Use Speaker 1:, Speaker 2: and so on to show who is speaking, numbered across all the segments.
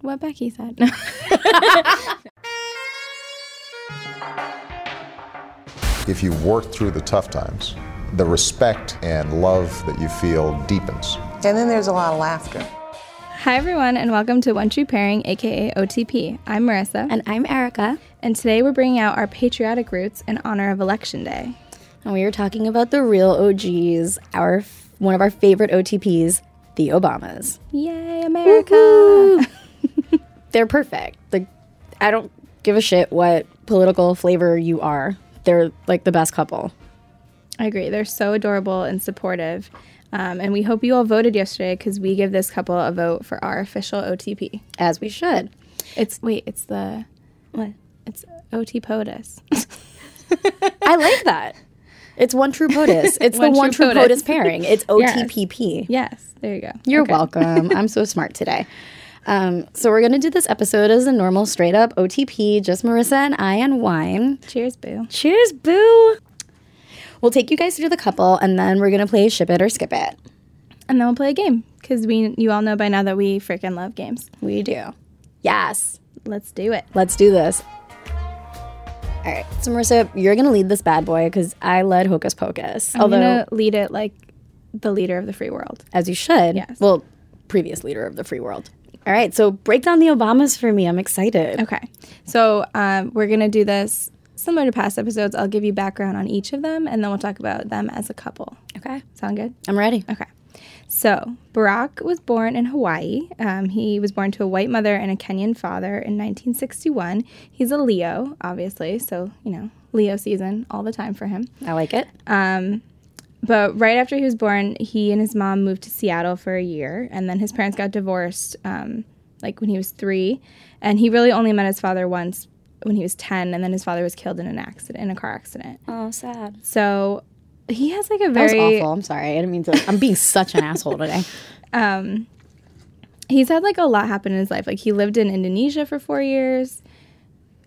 Speaker 1: what Becky said. No.
Speaker 2: If you work through the tough times, the respect and love that you feel deepens.
Speaker 3: And then there's a lot of laughter.
Speaker 1: Hi, everyone, and welcome to One True Pairing, aka OTP. I'm Marissa,
Speaker 4: And I'm Erica,
Speaker 1: and today we're bringing out our patriotic roots in honor of Election Day.
Speaker 4: and we are talking about the real OGs, our f- one of our favorite OTPs, the Obamas.
Speaker 1: Yay, America!
Speaker 4: They're perfect. Like, I don't give a shit what political flavor you are. They're like the best couple.
Speaker 1: I agree. They're so adorable and supportive. Um, and we hope you all voted yesterday because we give this couple a vote for our official OTP.
Speaker 4: As we should.
Speaker 1: It's wait, it's the
Speaker 4: What?
Speaker 1: it's OT POTUS.
Speaker 4: I like that. It's one true POTUS. It's
Speaker 1: One
Speaker 4: the one
Speaker 1: true
Speaker 4: true
Speaker 1: POTUS.
Speaker 4: POTUS pairing. It's OTPP.
Speaker 1: yes, there you go.
Speaker 4: You're
Speaker 1: Okay.
Speaker 4: welcome. I'm so smart today. Um, so we're gonna do this episode as a normal, straight up OTP, just Marissa and I and wine.
Speaker 1: Cheers, boo.
Speaker 4: Cheers, boo. We'll take you guys through the couple, and then we're gonna play ship it or skip it.
Speaker 1: And then we'll play a game because we you all know by now that we freaking love games.
Speaker 4: We do. Yes.
Speaker 1: Let's do it.
Speaker 4: Let's do this. All right. So Marissa, you're gonna lead this bad boy because I led Hocus Pocus.
Speaker 1: I'm
Speaker 4: although,
Speaker 1: gonna lead it like the leader of the free world.
Speaker 4: as you should.
Speaker 1: Yes.
Speaker 4: Well, previous leader of the free world. All right. So break down the Obamas for me. I'm excited.
Speaker 1: Okay. So um, we're going to do this similar to past episodes. I'll give you background on each of them and then we'll talk about them as a couple.
Speaker 4: Okay.
Speaker 1: Sound good?
Speaker 4: I'm ready.
Speaker 1: Okay. So Barack was born in Hawaii. Um, he was born to a white mother and a Kenyan father in 1961. He's a Leo, obviously. So, you know, Leo season all the time for him.
Speaker 4: I like it.
Speaker 1: But right after he was born, he and his mom moved to Seattle for a year, and then his parents got divorced, um, like when he was three, and he really only met his father once when he was ten, and then his father was killed in an accident, in a car accident.
Speaker 4: Oh, sad.
Speaker 1: So he has like a
Speaker 4: That was
Speaker 1: very
Speaker 4: awful. I'm sorry. I didn't mean to. I'm being such an asshole today.
Speaker 1: he's had like a lot happen in his life. Like he lived in Indonesia for four years,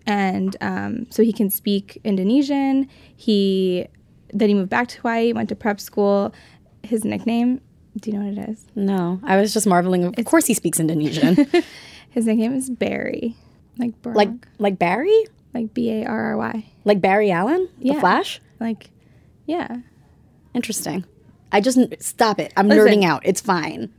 Speaker 1: and um, so he can speak Indonesian. He then he moved back to Hawaii, went to prep school. His nickname, do you know what it is?
Speaker 4: No, I was just marveling. Of course, he speaks Indonesian.
Speaker 1: His nickname is Barry, like Barack,
Speaker 4: like, like Barry,
Speaker 1: like B A R R Y,
Speaker 4: like Barry Allen,
Speaker 1: Yeah.
Speaker 4: The Flash.
Speaker 1: like yeah.
Speaker 4: Interesting. I just stop it. I'm
Speaker 1: Listen.
Speaker 4: nerding out. It's fine.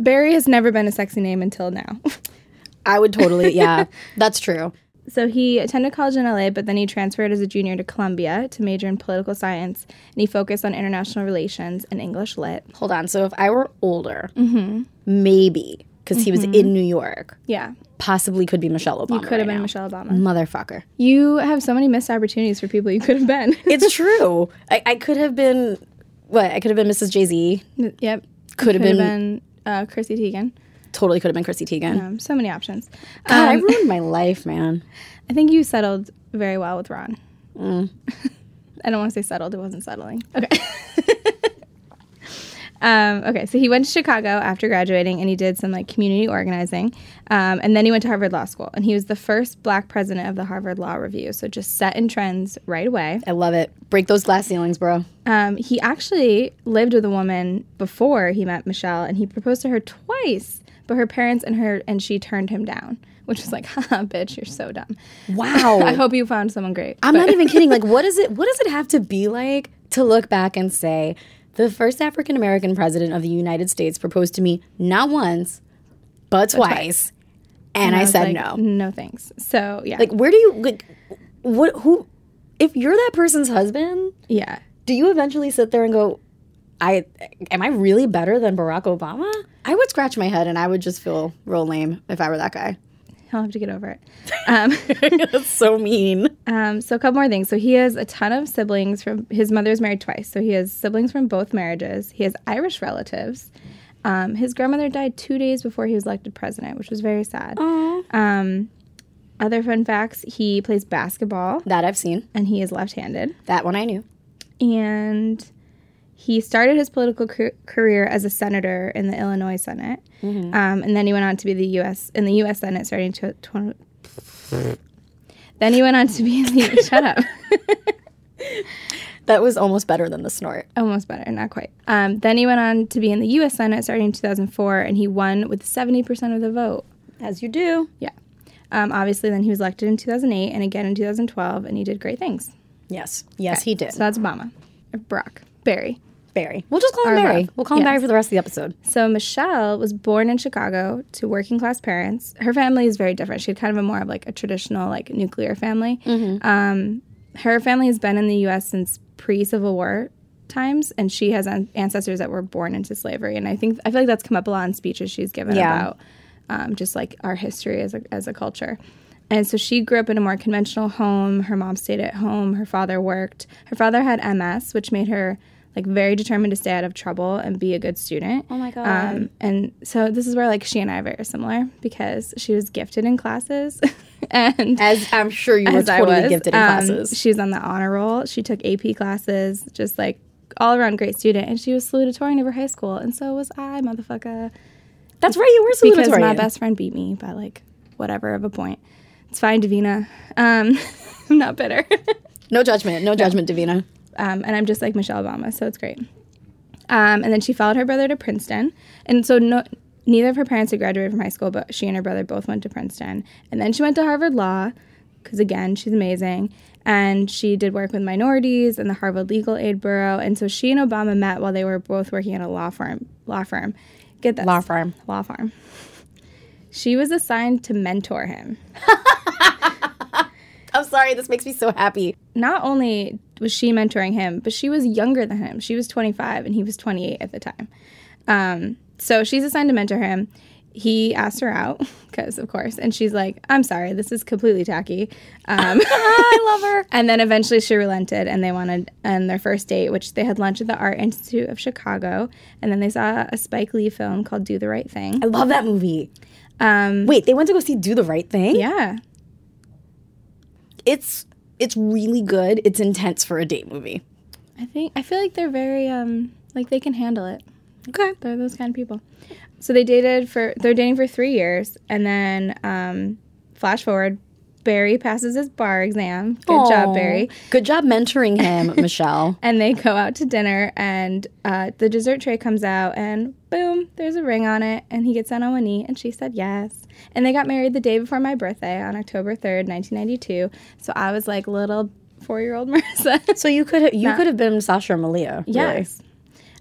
Speaker 1: Barry has never been a sexy name until now.
Speaker 4: I would totally. Yeah, that's true.
Speaker 1: so he attended college in LA, but then he transferred as a junior to Columbia to major in political science, and he focused on international relations and English lit.
Speaker 4: Hold on. So if I were older,
Speaker 1: Mm-hmm.
Speaker 4: maybe because he was in New York,
Speaker 1: Yeah,
Speaker 4: possibly could be Michelle Obama.
Speaker 1: could have
Speaker 4: right
Speaker 1: been
Speaker 4: now.
Speaker 1: Michelle Obama.
Speaker 4: Motherfucker.
Speaker 1: You have so many missed opportunities for people you could have been.
Speaker 4: It's true. I, I could have been. What? I could have been Mrs. Jay Z.
Speaker 1: yep,
Speaker 4: Could have
Speaker 1: could have
Speaker 4: been,
Speaker 1: been uh, Chrissy Teigen.
Speaker 4: Totally could have been Chrissy Teigen.
Speaker 1: Um, so many options.
Speaker 4: God,
Speaker 1: Um,
Speaker 4: I ruined my life, man.
Speaker 1: I think you settled very well with Ron.
Speaker 4: Mm.
Speaker 1: I don't want to say settled; it wasn't settling. Okay. um, okay, so he went to Chicago after graduating, and he did some like community organizing, um, and then he went to Harvard Law School, and he was the first Black president of the Harvard Law Review. So just set in trends right away.
Speaker 4: I love it. Break those glass ceilings, bro.
Speaker 1: Um, he actually lived with a woman before he met Michelle, and he proposed to her twice, but her parents and her and she turned him down, which was like, "Haha, bitch, you're so dumb."
Speaker 4: Wow.
Speaker 1: I hope you found someone great.
Speaker 4: I'm not even kidding. Like, what is it? What does it have to be like to look back and say the first African American president of the United States proposed to me not once, but twice, and, I,
Speaker 1: was
Speaker 4: said
Speaker 1: like,
Speaker 4: no.
Speaker 1: No thanks. So yeah,
Speaker 4: Like, where do you like? What? Who? If you're that person's husband,
Speaker 1: yeah.
Speaker 4: do you eventually sit there and go, "I am I really better than Barack Obama?" I would scratch my head and I would just feel real lame if I were that guy.
Speaker 1: He'll have to get over it.
Speaker 4: That's so mean.
Speaker 1: Um, so a couple more things. So he has a ton of siblings from his mother's married twice. So he has siblings from both marriages. He has Irish relatives. Um, his grandmother died two days before he was elected president, which was very sad. Um, other fun facts: he plays basketball
Speaker 4: That I've seen.
Speaker 1: and he is left-handed.
Speaker 4: That one I knew.
Speaker 1: and he started his political car- career as a senator in the Illinois Senate,
Speaker 4: Mm-hmm.
Speaker 1: um, and then he went on to be the U.S. in the U.S. Senate starting to. Tw- then he went on to be in the shut up,
Speaker 4: That was almost better than the snort.
Speaker 1: almost better, not quite. Um, then he went on to be in the U.S. Senate starting in 2004, and he won with 70 percent of the vote.
Speaker 4: As you do.
Speaker 1: Yeah. Um, obviously, then he was elected in 2008 and again in 2012, and he did great things.
Speaker 4: Yes. Yes, he did.
Speaker 1: So that's Obama, Barack, Barry.
Speaker 4: Barry. We'll just call him
Speaker 1: Our
Speaker 4: Barry.
Speaker 1: love.
Speaker 4: We'll call him
Speaker 1: Yes.
Speaker 4: Barry for the rest of the episode.
Speaker 1: So Michelle was born in Chicago to working class parents. Her family is very different. She had kind of a more of like a traditional like nuclear family. Um, her family has been in the U.S. since pre-Civil War times, and she has an- ancestors that were born into slavery. And I think I feel like that's come up a lot in speeches she's given
Speaker 4: Yeah.
Speaker 1: about um, just like our history as a, as a culture. And so she grew up in a more conventional home. Her mom stayed at home. Her father worked. Her father had MS, which made her like very determined to stay out of trouble and be a good student. Oh
Speaker 4: my God.
Speaker 1: Um, and so this is where like she and I are very similar because she was gifted in classes, and
Speaker 4: As I'm sure you were
Speaker 1: as I
Speaker 4: totally
Speaker 1: was.
Speaker 4: gifted in
Speaker 1: Um,
Speaker 4: classes.
Speaker 1: She was on the honor roll. She took AP classes, just like all around great student, and she was salutatorian of her high school, and so was I, motherfucker.
Speaker 4: That's right, you were
Speaker 1: Because
Speaker 4: salutatorian.
Speaker 1: my best friend beat me by like whatever of a point. It's fine, Davina. Um, I'm not bitter.
Speaker 4: No judgment. No judgment, Davina.
Speaker 1: um, and I'm just like Michelle Obama, so it's great. Um, and then she followed her brother to Princeton, and so no, neither of her parents had graduated from high school, but she and her brother both went to Princeton, and then she went to Harvard Law, because again, she's amazing, and she did work with minorities and the Harvard Legal Aid Bureau, and so she and Obama met while they were both working at a law firm. Law firm, get that
Speaker 4: Law firm.
Speaker 1: Law firm. She was assigned to mentor him.
Speaker 4: I'm sorry, this makes me so happy.
Speaker 1: not only was she mentoring him, but she was younger than him. She was 25 and he was 28 at the time. Um, so she's assigned to mentor him. He asked her out because, of course, and she's like, "I'm sorry, this is completely tacky." Um,
Speaker 4: I love her.
Speaker 1: and then eventually she relented, and they wanted and their first date, which they had lunch at the Art Institute of Chicago, and then they saw a Spike Lee film called "Do the Right Thing."
Speaker 4: I love that movie.
Speaker 1: Um,
Speaker 4: Wait, they went to go see Do the Right Thing?
Speaker 1: yeah,
Speaker 4: It's it's really good. It's intense for a date movie.
Speaker 1: I think I feel like they're very um, like they can handle it.
Speaker 4: Okay.
Speaker 1: They're those kind of people. So they dated for they're dating for three years, and then um, flash forward, Barry passes his bar exam. Good job, Barry.
Speaker 4: Good job mentoring him, Michelle.
Speaker 1: And they go out to dinner, and uh, the dessert tray comes out, and boom, there's a ring on it, and he gets down on one knee, and she said yes. And they got married the day before my birthday on October third, nineteen ninety two. So I was like little four year old Marissa.
Speaker 4: So you could you could have been Sasha or Malia. really.
Speaker 1: Yes.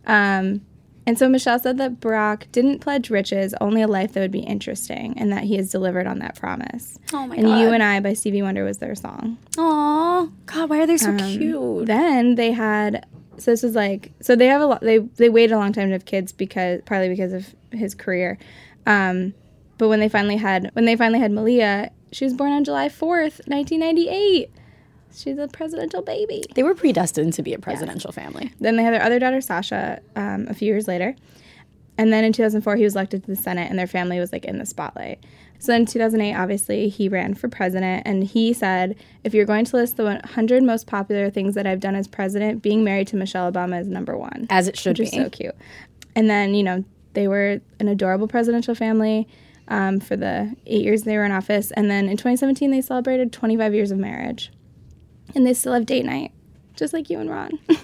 Speaker 1: Um, and so Michelle said that Barack didn't pledge riches, only a life that would be interesting, and that he has delivered on that promise.
Speaker 4: Oh my
Speaker 1: and
Speaker 4: God.
Speaker 1: You and I by Stevie Wonder was their song.
Speaker 4: Aw. God, why are they so cute?
Speaker 1: Then they had so this was like so they have a lot they they waited a long time to have kids because partly because of his career. Um, but when they finally had when they finally had Malia, she was born on July fourth, nineteen ninety eight. She's a presidential baby.
Speaker 4: They were predestined to be a presidential family.
Speaker 1: Then they had their other daughter, Sasha, um, a few years later. And then in 2004, he was elected to the Senate, and their family was like in the spotlight. So then in 2008, obviously, he ran for president, and he said, If you're going to list the 100 most popular things that I've done as president, being married to Michelle Obama is number one.
Speaker 4: As it should
Speaker 1: Which
Speaker 4: be.
Speaker 1: is so cute. And then, you know, they were an adorable presidential family um, for the eight years they were in office. And then in 2017, they celebrated 25 years of marriage. And they still have date night, just like you and Ron.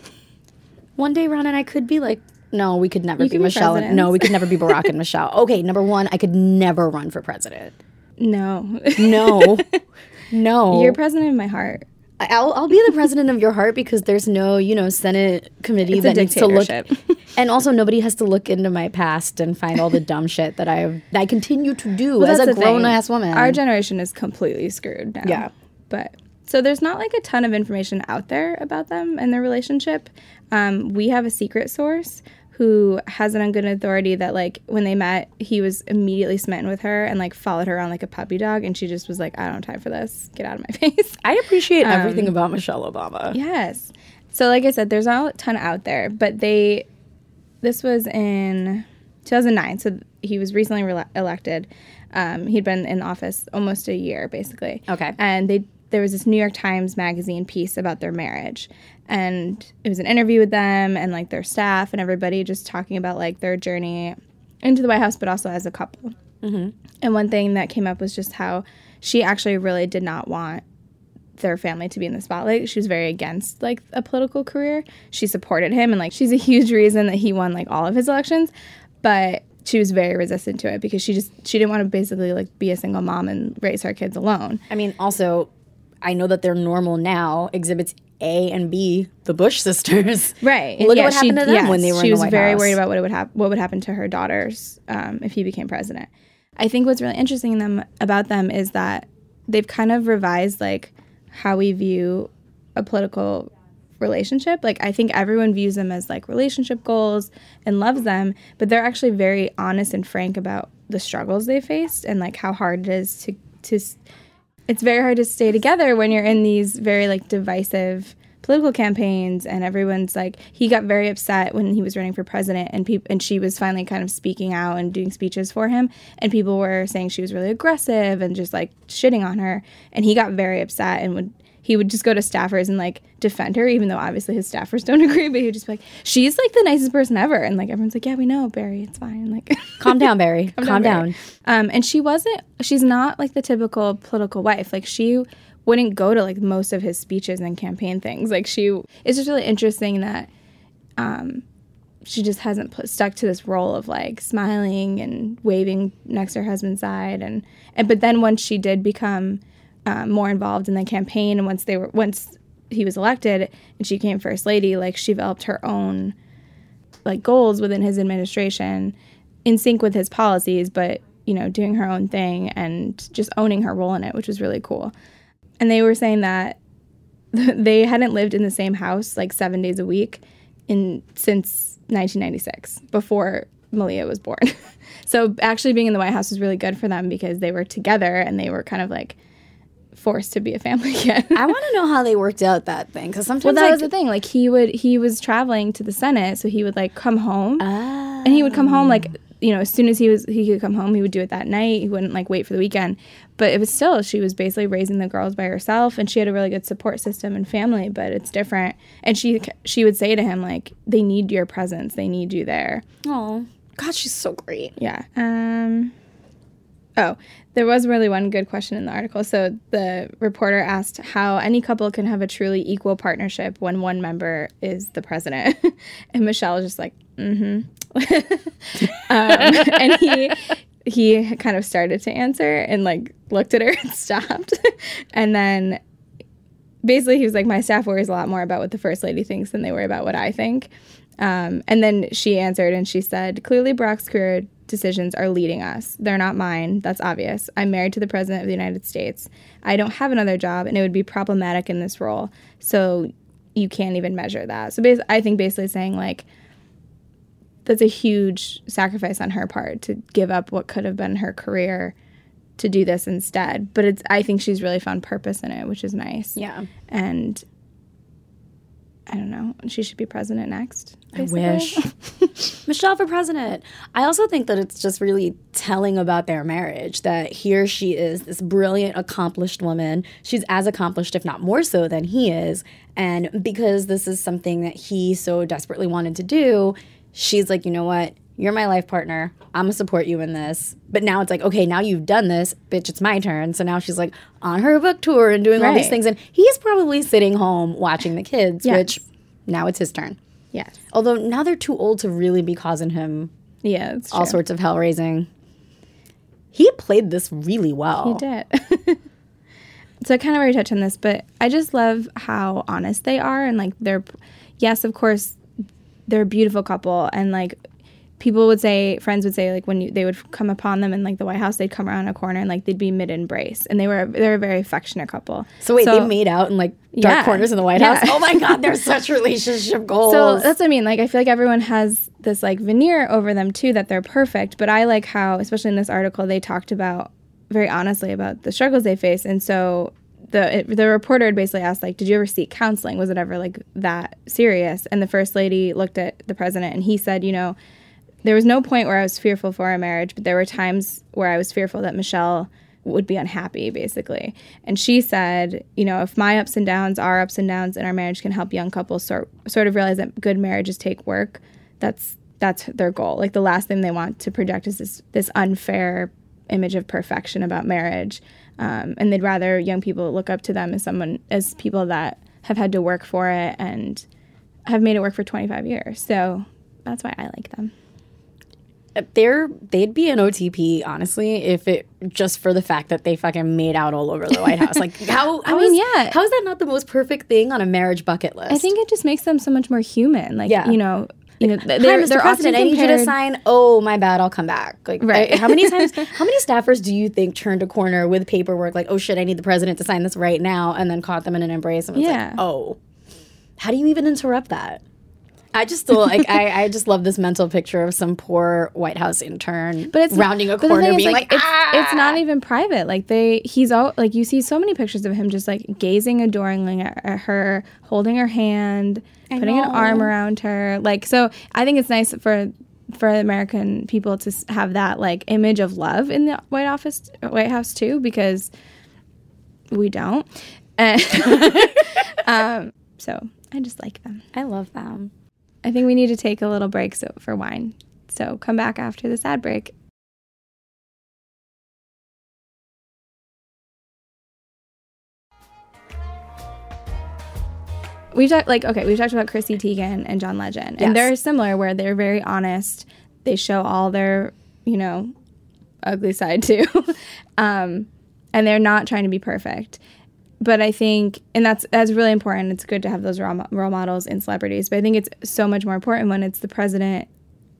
Speaker 4: One day Ron and I could be like no, we could never be
Speaker 1: could be
Speaker 4: Michelle. and, no,
Speaker 1: presidents.
Speaker 4: we could never be Barack and Michelle. Okay, number one, I could never run for president.
Speaker 1: No.
Speaker 4: No, no.
Speaker 1: You're president of my heart.
Speaker 4: I- I'll, I'll be the president of your heart because there's no, you know, Senate committee
Speaker 1: a
Speaker 4: that needs to look.
Speaker 1: dictatorship.
Speaker 4: And also, nobody has to look into my past and find all the dumb shit that I've that I continue to do as
Speaker 1: That's
Speaker 4: a
Speaker 1: the thing.
Speaker 4: grown ass woman.
Speaker 1: Our generation is completely screwed now.
Speaker 4: Yeah.
Speaker 1: But so there's not like a ton of information out there about them and their relationship. Um, we have a secret source who has it on good authority that like when they met, he was immediately smitten with her and like followed her around like a puppy dog, and she just was like, "I don't have time for this. Get out of my face."
Speaker 4: I
Speaker 1: Um,
Speaker 4: appreciate everything about Michelle Obama.
Speaker 1: Yes. So, like I said, there's not a ton out there, but they, this was in 2009. So he was recently rela elected. Um, he'd been in office almost a year, basically.
Speaker 4: Okay.
Speaker 1: And they, there was this New York Times magazine piece about their marriage, and it was an interview with them and like their staff and everybody just talking about like their journey into the White House, but also as a couple. And one thing that came up was just how she actually really did not want their family to be in the spotlight. She was very against like a political career. She supported him and like she's a huge reason that he won like all of his elections, but she was very resistant to it because she just she didn't want to basically like be a single mom and raise her kids alone.
Speaker 4: I mean, also, I know that they're normal now. Exhibits A and B, the Bush sisters.
Speaker 1: Right.
Speaker 4: Look
Speaker 1: Yeah,
Speaker 4: at what happened to them when they were
Speaker 1: She
Speaker 4: in the
Speaker 1: was
Speaker 4: White
Speaker 1: very
Speaker 4: House.
Speaker 1: worried about what it would hap- what would happen to her daughters um, if he became president. I think what's really interesting in them about them is that they've kind of revised like how we view a political relationship. Like I think everyone views them as like relationship goals and loves them, but they're actually very honest and frank about the struggles they faced and like how hard it is to to s- it's very hard to stay together when you're in these very like divisive political campaigns and everyone's like he got very upset when he was running for president and peop- and she was finally kind of speaking out and doing speeches for him and people were saying she was really aggressive and just like shitting on her and he got very upset and would he would just go to staffers and like defend her even though obviously his staffers don't agree but he would just be like she's like the nicest person ever and like everyone's like yeah we know Barry it's fine like
Speaker 4: Calm down, Barry. Calm, down.
Speaker 1: Mary. Um, and she wasn't. She's not like the typical political wife. Like she wouldn't go to like most of his speeches and campaign things. Like she. It's just really interesting that um, she just hasn't put, stuck to this role of like smiling and waving next to her husband's side. And, and but then once she did become um, more involved in the campaign, and once they were once he was elected and she became first lady, like she developed her own like goals within his administration in sync with his policies but you know doing her own thing and just owning her role in it which was really cool and they were saying that they hadn't lived in the same house like seven days a week in since 1996 before malia was born so actually being in the white house was really good for them because they were together and they were kind of like forced to be a family again
Speaker 4: I want to know how they worked out that thing because sometimes
Speaker 1: well, that
Speaker 4: like,
Speaker 1: was the thing. Like he would, he was traveling to the Senate, so he would like come home, and he would come home like
Speaker 4: Ah.
Speaker 1: you know as soon as he was he could come home, he would do it that night. He wouldn't like wait for the weekend. But it was still she was basically raising the girls by herself, and she had a really good support system and family. But it's different, and she she would say to him like they need your presence, they need you there.
Speaker 4: oh God, she's so great.
Speaker 1: Yeah. Um, oh, there was really one good question in the article. So the reporter asked how any couple can have a truly equal partnership when one member is the president. and Michelle was just like, mm hmm. um, and he. He kind of started to answer and like looked at her and stopped. and then basically he was like, My staff worries a lot more about what the first lady thinks than they worry about what I think. Um, and then she answered and she said, Clearly, Brock's career decisions are leading us. They're not mine. That's obvious. I'm married to the President of the United States. I don't have another job, and it would be problematic in this role. So you can't even measure that. So bas- I think basically saying, like, that's a huge sacrifice on her part to give up what could have been her career to do this instead. But it's I think she's really found purpose in it, which is nice.
Speaker 4: Yeah.
Speaker 1: And I don't know. She should be president next.
Speaker 4: I
Speaker 1: basically.
Speaker 4: wish. Michelle for president. I also think that it's just really telling about their marriage that here she is, this brilliant, accomplished woman. She's as accomplished, if not more so, than he is. And because this is something that he so desperately wanted to do, she's like, you know what? You're my life partner. I'm gonna support you in this. But now it's like, okay, now you've done this, bitch, it's my turn. So now she's like on her book tour and doing all these
Speaker 1: Right.
Speaker 4: things. And he's probably sitting home watching the kids,
Speaker 1: Yes.
Speaker 4: which now it's his turn.
Speaker 1: Yes.
Speaker 4: Although now they're too old to really be causing him
Speaker 1: Yeah, it's true.
Speaker 4: all sorts of hell raising. He played this really well.
Speaker 1: He did. so I kind of already touched on this, but I just love how honest they are and like they're yes, of course they're a beautiful couple and like people would say friends would say like when you, they would come upon them in like the White House they'd come around a corner and like they'd be mid embrace and they were they're a very affectionate couple.
Speaker 4: So wait, they made out in like dark
Speaker 1: Yeah.
Speaker 4: corners in the White
Speaker 1: Yeah.
Speaker 4: House. Oh my God, they're such relationship goals.
Speaker 1: So that's what I mean. Like I feel like everyone has this like veneer over them too that they're perfect. But I like how, especially in this article, they talked about very honestly about the struggles they face. And so the it, the reporter had basically asked like, "Did you ever seek counseling? Was it ever like that serious?" And the first lady looked at the president and he said, "You know." There was no point where I was fearful for our marriage, but there were times where I was fearful that Michelle would be unhappy, basically. And she said, you know, if my ups and downs, our ups and downs in our marriage can help young couples sort sort of realize that good marriages take work, that's that's their goal. Like the last thing they want to project is this this unfair image of perfection about marriage, um, and they'd rather young people look up to them as someone as people that have had to work for it and have made it work for 25 years. So that's why I like them.
Speaker 4: they're they'd be an OTP honestly if it just for the fact that they fucking made out all over the White House. Like how, how
Speaker 1: mean,
Speaker 4: is-
Speaker 1: yeah.
Speaker 4: how is that not the most perfect thing on a marriage bucket list?
Speaker 1: I think it just makes them so much more human. Like
Speaker 4: Yeah.
Speaker 1: you know, you know, th-
Speaker 4: Hi,
Speaker 1: they're
Speaker 4: Mr.
Speaker 1: they're often
Speaker 4: President, I need you to
Speaker 1: compared-
Speaker 4: sign. Oh, my bad, I'll come back. Like,
Speaker 1: Right.
Speaker 4: I- how many times? How many staffers do you think turned a corner with paperwork? Like, oh shit, I need the president to sign this right now, and then caught them in an embrace. And was
Speaker 1: Yeah.
Speaker 4: like, oh, how do you even interrupt that? I just still like I, I just love this mental picture of some poor White House intern,
Speaker 1: But it's
Speaker 4: rounding a
Speaker 1: but the thing
Speaker 4: corner,
Speaker 1: is,
Speaker 4: being like,
Speaker 1: it's,
Speaker 4: ah!
Speaker 1: it's not even private. Like they, he's all like you see so many pictures of him just like gazing adoringly at, at her, holding her hand, putting an
Speaker 4: know.
Speaker 1: arm around her. Like so, I think it's nice for for American people to s- have that like image of love in the White Office, White House too, because we don't. And, um, so I just like them.
Speaker 4: I love them.
Speaker 1: I think we need to take a little break so, for wine. So come back after this ad break. We've talked like okay, we've talked about Chrissy Teigen and John Legend, and
Speaker 4: Yes.
Speaker 1: they're similar where they're very honest. They show all their you know ugly side too, um, and they're not trying to be perfect but I think, and that's that's really important. It's good to have those role, mo- role models in celebrities, but I think it's so much more important when it's the president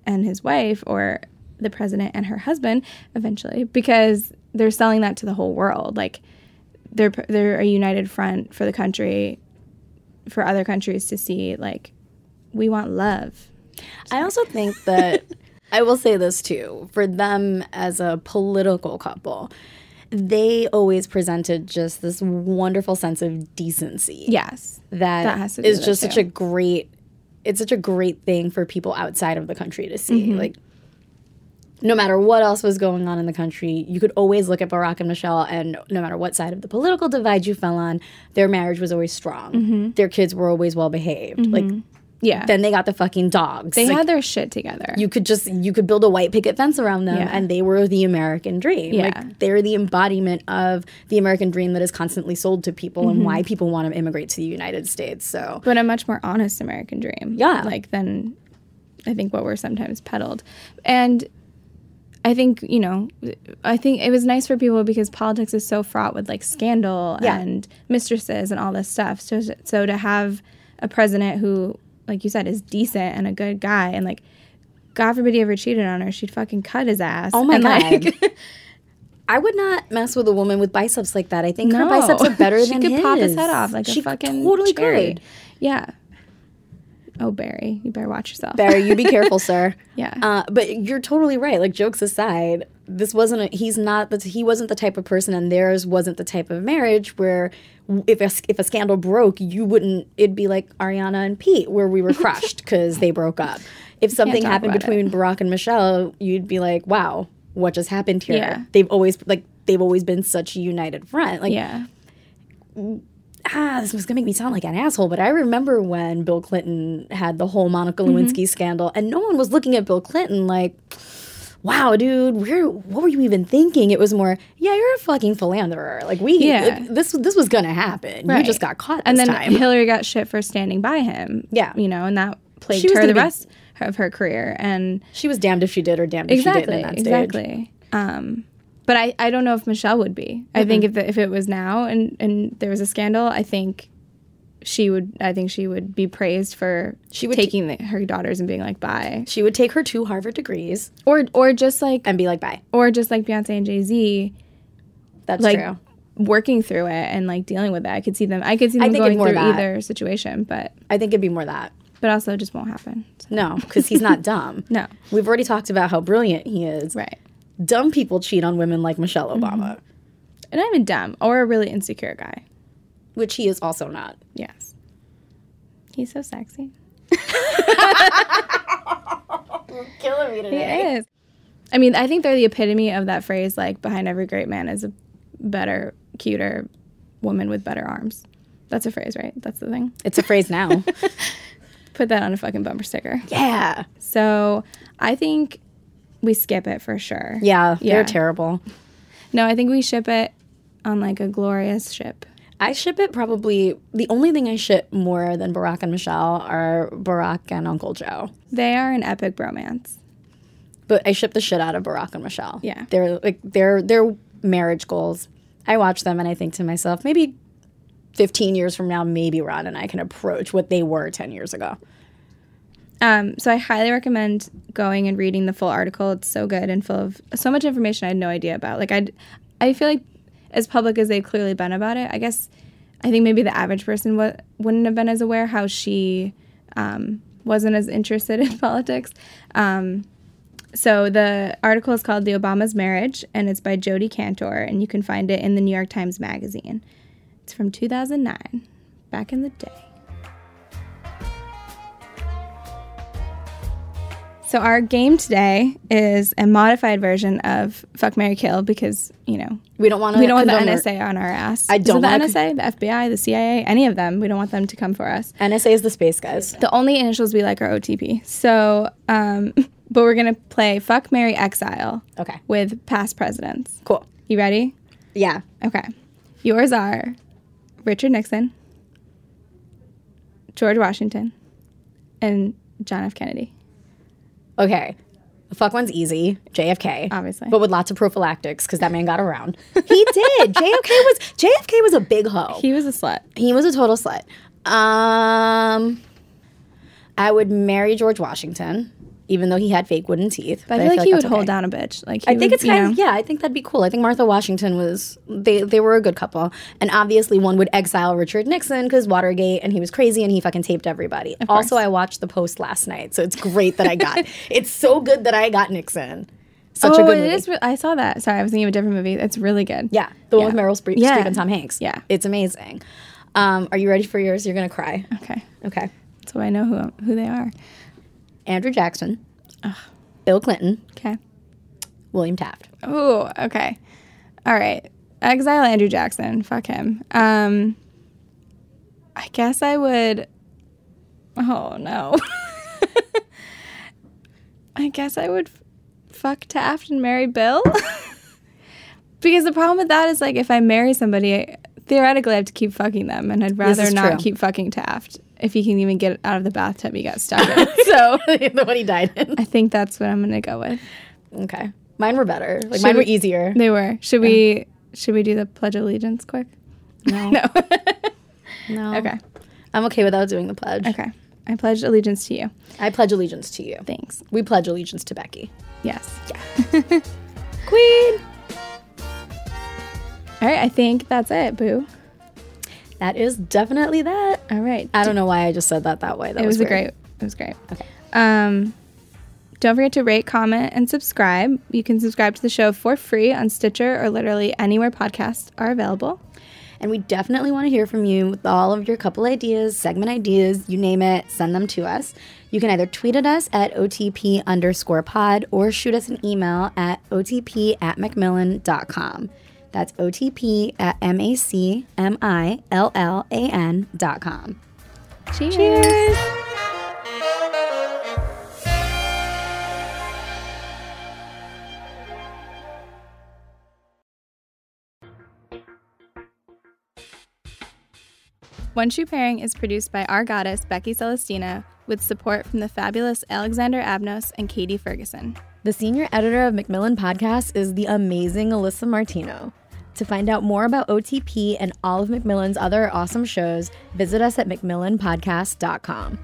Speaker 1: and his wife, or the president and her husband, eventually, because they're selling that to the whole world. Like they're pr- they're a united front for the country, for other countries to see. Like we want love.
Speaker 4: I also think that I will say this too for them as a political couple, they always presented just this wonderful sense of decency.
Speaker 1: Yes,
Speaker 4: that
Speaker 1: That has to do
Speaker 4: is
Speaker 1: with it,
Speaker 4: just such
Speaker 1: too.
Speaker 4: a great it's such a great thing for people outside of the country to see
Speaker 1: Mm-hmm.
Speaker 4: like no matter what else was going on in the country you could always look at barack and michelle and no matter what side of the political divide you fell on their marriage was always strong their kids were always well behaved like
Speaker 1: Mm-hmm. yeah.
Speaker 4: then they got the fucking dogs
Speaker 1: they
Speaker 4: Like,
Speaker 1: had their shit together.
Speaker 4: you could just you could build a white picket fence around them
Speaker 1: Yeah.
Speaker 4: and they were the american dream
Speaker 1: Yeah.
Speaker 4: like they're the embodiment of the american dream that is constantly sold to people and why
Speaker 1: Mm-hmm.
Speaker 4: people want to immigrate to the united states so
Speaker 1: but a much more honest American dream.
Speaker 4: Yeah.
Speaker 1: Like than I think what we're sometimes peddled. And I think, you know, I think it was nice for people because politics is so fraught with like scandal
Speaker 4: Yeah.
Speaker 1: and mistresses and all this stuff. So so to have a president who, like you said, is decent and a good guy and like God forbid he ever cheated on her, she'd fucking cut his ass.
Speaker 4: Oh my
Speaker 1: And, like,
Speaker 4: god. I would not mess with a woman with biceps like that. I think her
Speaker 1: no.
Speaker 4: biceps are better
Speaker 1: she
Speaker 4: than
Speaker 1: could
Speaker 4: his.
Speaker 1: pop his head off like
Speaker 4: she
Speaker 1: a fucking
Speaker 4: totally
Speaker 1: cherry.
Speaker 4: could.
Speaker 1: Yeah. Oh Barry, you better watch yourself.
Speaker 4: Barry, you be careful, sir.
Speaker 1: Yeah.
Speaker 4: Uh, but you're totally right. Like jokes aside, this wasn't. A, he's not. The, he wasn't the type of person, and theirs wasn't the type of marriage where if a, if a scandal broke, you wouldn't. It'd be like Ariana and Pete, where we were crushed because they broke up. If something
Speaker 1: talk
Speaker 4: happened
Speaker 1: about it.
Speaker 4: between Barack and Michelle, you'd be like, wow, what just happened here?
Speaker 1: Yeah.
Speaker 4: They've always like they've always been such a united front. Like
Speaker 1: Yeah.
Speaker 4: ah, this was gonna make me sound like an asshole, but I remember when Bill Clinton had the whole Monica
Speaker 1: Mm-hmm.
Speaker 4: Lewinsky scandal, and no one was looking at Bill Clinton like, "Wow, dude, where? What were you even thinking?" It was more, "Yeah, you're a fucking philanderer. Like we,
Speaker 1: Yeah.
Speaker 4: like, this this was gonna happen. You
Speaker 1: Right.
Speaker 4: just got caught this
Speaker 1: and then
Speaker 4: time."
Speaker 1: Hillary got shit for standing by him.
Speaker 4: Yeah.
Speaker 1: you know, and that plagued
Speaker 4: She was
Speaker 1: her the
Speaker 4: gonna be-
Speaker 1: rest of her career. And
Speaker 4: she was damned if she did or damned if she
Speaker 1: exactly,
Speaker 4: didn't. In that Stage.
Speaker 1: exactly. Um, but I, I don't know if Michelle would be. I think if the, if it was now and and there was a scandal, I think she would. I think she would be praised for she
Speaker 4: would
Speaker 1: taking the, her daughters and being like bye,
Speaker 4: She would take her two Harvard degrees
Speaker 1: or or just like
Speaker 4: and be like, "Bye."
Speaker 1: or just like Beyonce and Jay Z,
Speaker 4: That's
Speaker 1: like
Speaker 4: true.
Speaker 1: working through it and like dealing with it. I could see them. I could see them
Speaker 4: think
Speaker 1: going
Speaker 4: more
Speaker 1: through
Speaker 4: that.
Speaker 1: either situation, but
Speaker 4: I think it'd be more that.
Speaker 1: but also it just won't happen. So,
Speaker 4: No, because he's not dumb.
Speaker 1: no,
Speaker 4: We've already talked about how brilliant he is.
Speaker 1: right. Mm-hmm.
Speaker 4: Dumb people cheat on women like Michelle Obama.
Speaker 1: and I'm a dumb or a really insecure guy.
Speaker 4: which he is also not.
Speaker 1: Yes. He's so sexy.
Speaker 4: Killing me
Speaker 1: He is. I mean, I think they're the epitome of that phrase like behind every great man is a better, cuter woman with better arms. That's a phrase, right? That's the thing.
Speaker 4: It's a phrase now.
Speaker 1: Put that on a fucking bumper sticker.
Speaker 4: yeah.
Speaker 1: So I think we skip it for sure.
Speaker 4: Yeah,
Speaker 1: Yeah.
Speaker 4: they're terrible.
Speaker 1: No, I think we ship it on like a glorious ship.
Speaker 4: I ship it probably the only thing I ship more than Barack and Michelle are Barack and Uncle Joe.
Speaker 1: They are an epic bromance.
Speaker 4: But I ship the shit out of Barack and Michelle.
Speaker 1: Yeah.
Speaker 4: They're like their their marriage goals. I watch them and I think to myself, maybe 15 years from now, maybe Ron and I can approach what they were 10 years ago.
Speaker 1: Um, so I highly recommend going and reading the full article. It's so good and full of so much information I had no idea about. Like I, I feel like as public as they've clearly been about it, I guess I think maybe the average person w- wouldn't have been as aware how she um, wasn't as interested in politics. Um, so the article is called "The Obama's Marriage" and it's by Jodi Cantor, and you can find it in the New York Times Magazine. It's from 2009, back in the day. So our game today is a modified version of Fuck Mary Kill because you know
Speaker 4: We don't want to.
Speaker 1: we don't want the NSA on our ass.
Speaker 4: I don't
Speaker 1: Is it
Speaker 4: wanna-
Speaker 1: the NSA, the FBI, the CIA, any of them. We don't want them to come for us.
Speaker 4: NSA is the space guys.
Speaker 1: The only initials we like are OTP. So, um, but we're gonna play Fuck Mary Exile
Speaker 4: Okay.
Speaker 1: with past presidents.
Speaker 4: Cool.
Speaker 1: You ready?
Speaker 4: Yeah.
Speaker 1: Okay. Yours are Richard Nixon, George Washington, and John F. Kennedy.
Speaker 4: Okay. The fuck one's easy. JFK.
Speaker 1: Obviously.
Speaker 4: But with lots of prophylactics because that man got around. he did. JFK was JFK was a big hoe.
Speaker 1: He was a slut.
Speaker 4: He was a total slut. Um, I would marry George Washington, even though he had fake wooden teeth.
Speaker 1: But I feel like he would
Speaker 4: that's
Speaker 1: hold
Speaker 4: okay.
Speaker 1: down a bitch. Like
Speaker 4: I think it's kind of yeah. I think that'd be cool. I think Martha Washington was they they were a good couple, and obviously one would exile Richard Nixon because Watergate, and he was crazy and he fucking taped everybody. Also, I watched The Post last night, so it's great that I got. it's so good that I got Nixon. Such
Speaker 1: oh,
Speaker 4: a good
Speaker 1: it
Speaker 4: movie.
Speaker 1: is re- I saw that. Sorry, I was thinking of a different movie. It's really good.
Speaker 4: Yeah, the one
Speaker 1: Yeah.
Speaker 4: with Meryl Spre-
Speaker 1: Yeah.
Speaker 4: Streep and Tom Hanks.
Speaker 1: Yeah.
Speaker 4: it's amazing. Um, are you ready for yours? You're gonna cry.
Speaker 1: Okay.
Speaker 4: Okay.
Speaker 1: So I know who who they are.
Speaker 4: Andrew Jackson, Bill Clinton,
Speaker 1: Okay.
Speaker 4: William Taft.
Speaker 1: Oh, okay. All right. Exile Andrew Jackson. Fuck him. Um, I guess I would. Oh no. I guess I would f- fuck Taft and marry Bill. because the problem with that is like if I marry somebody, theoretically I have to keep fucking them, and I'd rather
Speaker 4: is
Speaker 1: not
Speaker 4: true.
Speaker 1: keep fucking Taft if he can even get out of the bathtub he got stuck in. so
Speaker 4: the one he died in.
Speaker 1: I think that's what I'm gonna go with.
Speaker 4: Okay. Mine were better. Like mine were
Speaker 1: we-
Speaker 4: easier.
Speaker 1: They were. Should we should we do the Pledge of Allegiance quick?
Speaker 4: No.
Speaker 1: No.
Speaker 4: no.
Speaker 1: okay.
Speaker 4: I'm okay without doing the pledge.
Speaker 1: Okay. I pledged allegiance to you.
Speaker 4: I pledge allegiance to you.
Speaker 1: Thanks.
Speaker 4: We pledge allegiance to Becky.
Speaker 1: Yes.
Speaker 4: Queen.
Speaker 1: All right. I think that's it, Boo.
Speaker 4: That is definitely that.
Speaker 1: All right.
Speaker 4: I don't know why I just said that that way. That
Speaker 1: Uh, it was, a
Speaker 4: weird.
Speaker 1: great. It was great. Okay. Um, don't forget to rate, comment, and subscribe. You can subscribe to the show for free on Stitcher or literally anywhere podcasts are available.
Speaker 4: And we definitely want to hear from you with all of your couple ideas, segment ideas, you name it, send them to us. You can either tweet at us at OTP underscore pod or shoot us an email at OTP at MacMillan.com. That's OTP at M A C M I L L A N dot com.
Speaker 1: Cheers. One Shoe Pairing is produced by our goddess, Becky Celestina, with support from the fabulous Alexander Abnos and Katie Ferguson.
Speaker 3: The senior editor of Macmillan Podcasts is the amazing Alyssa Martino. To find out more about OTP and all of Macmillan's other awesome shows, visit us at macmillanpodcast.com.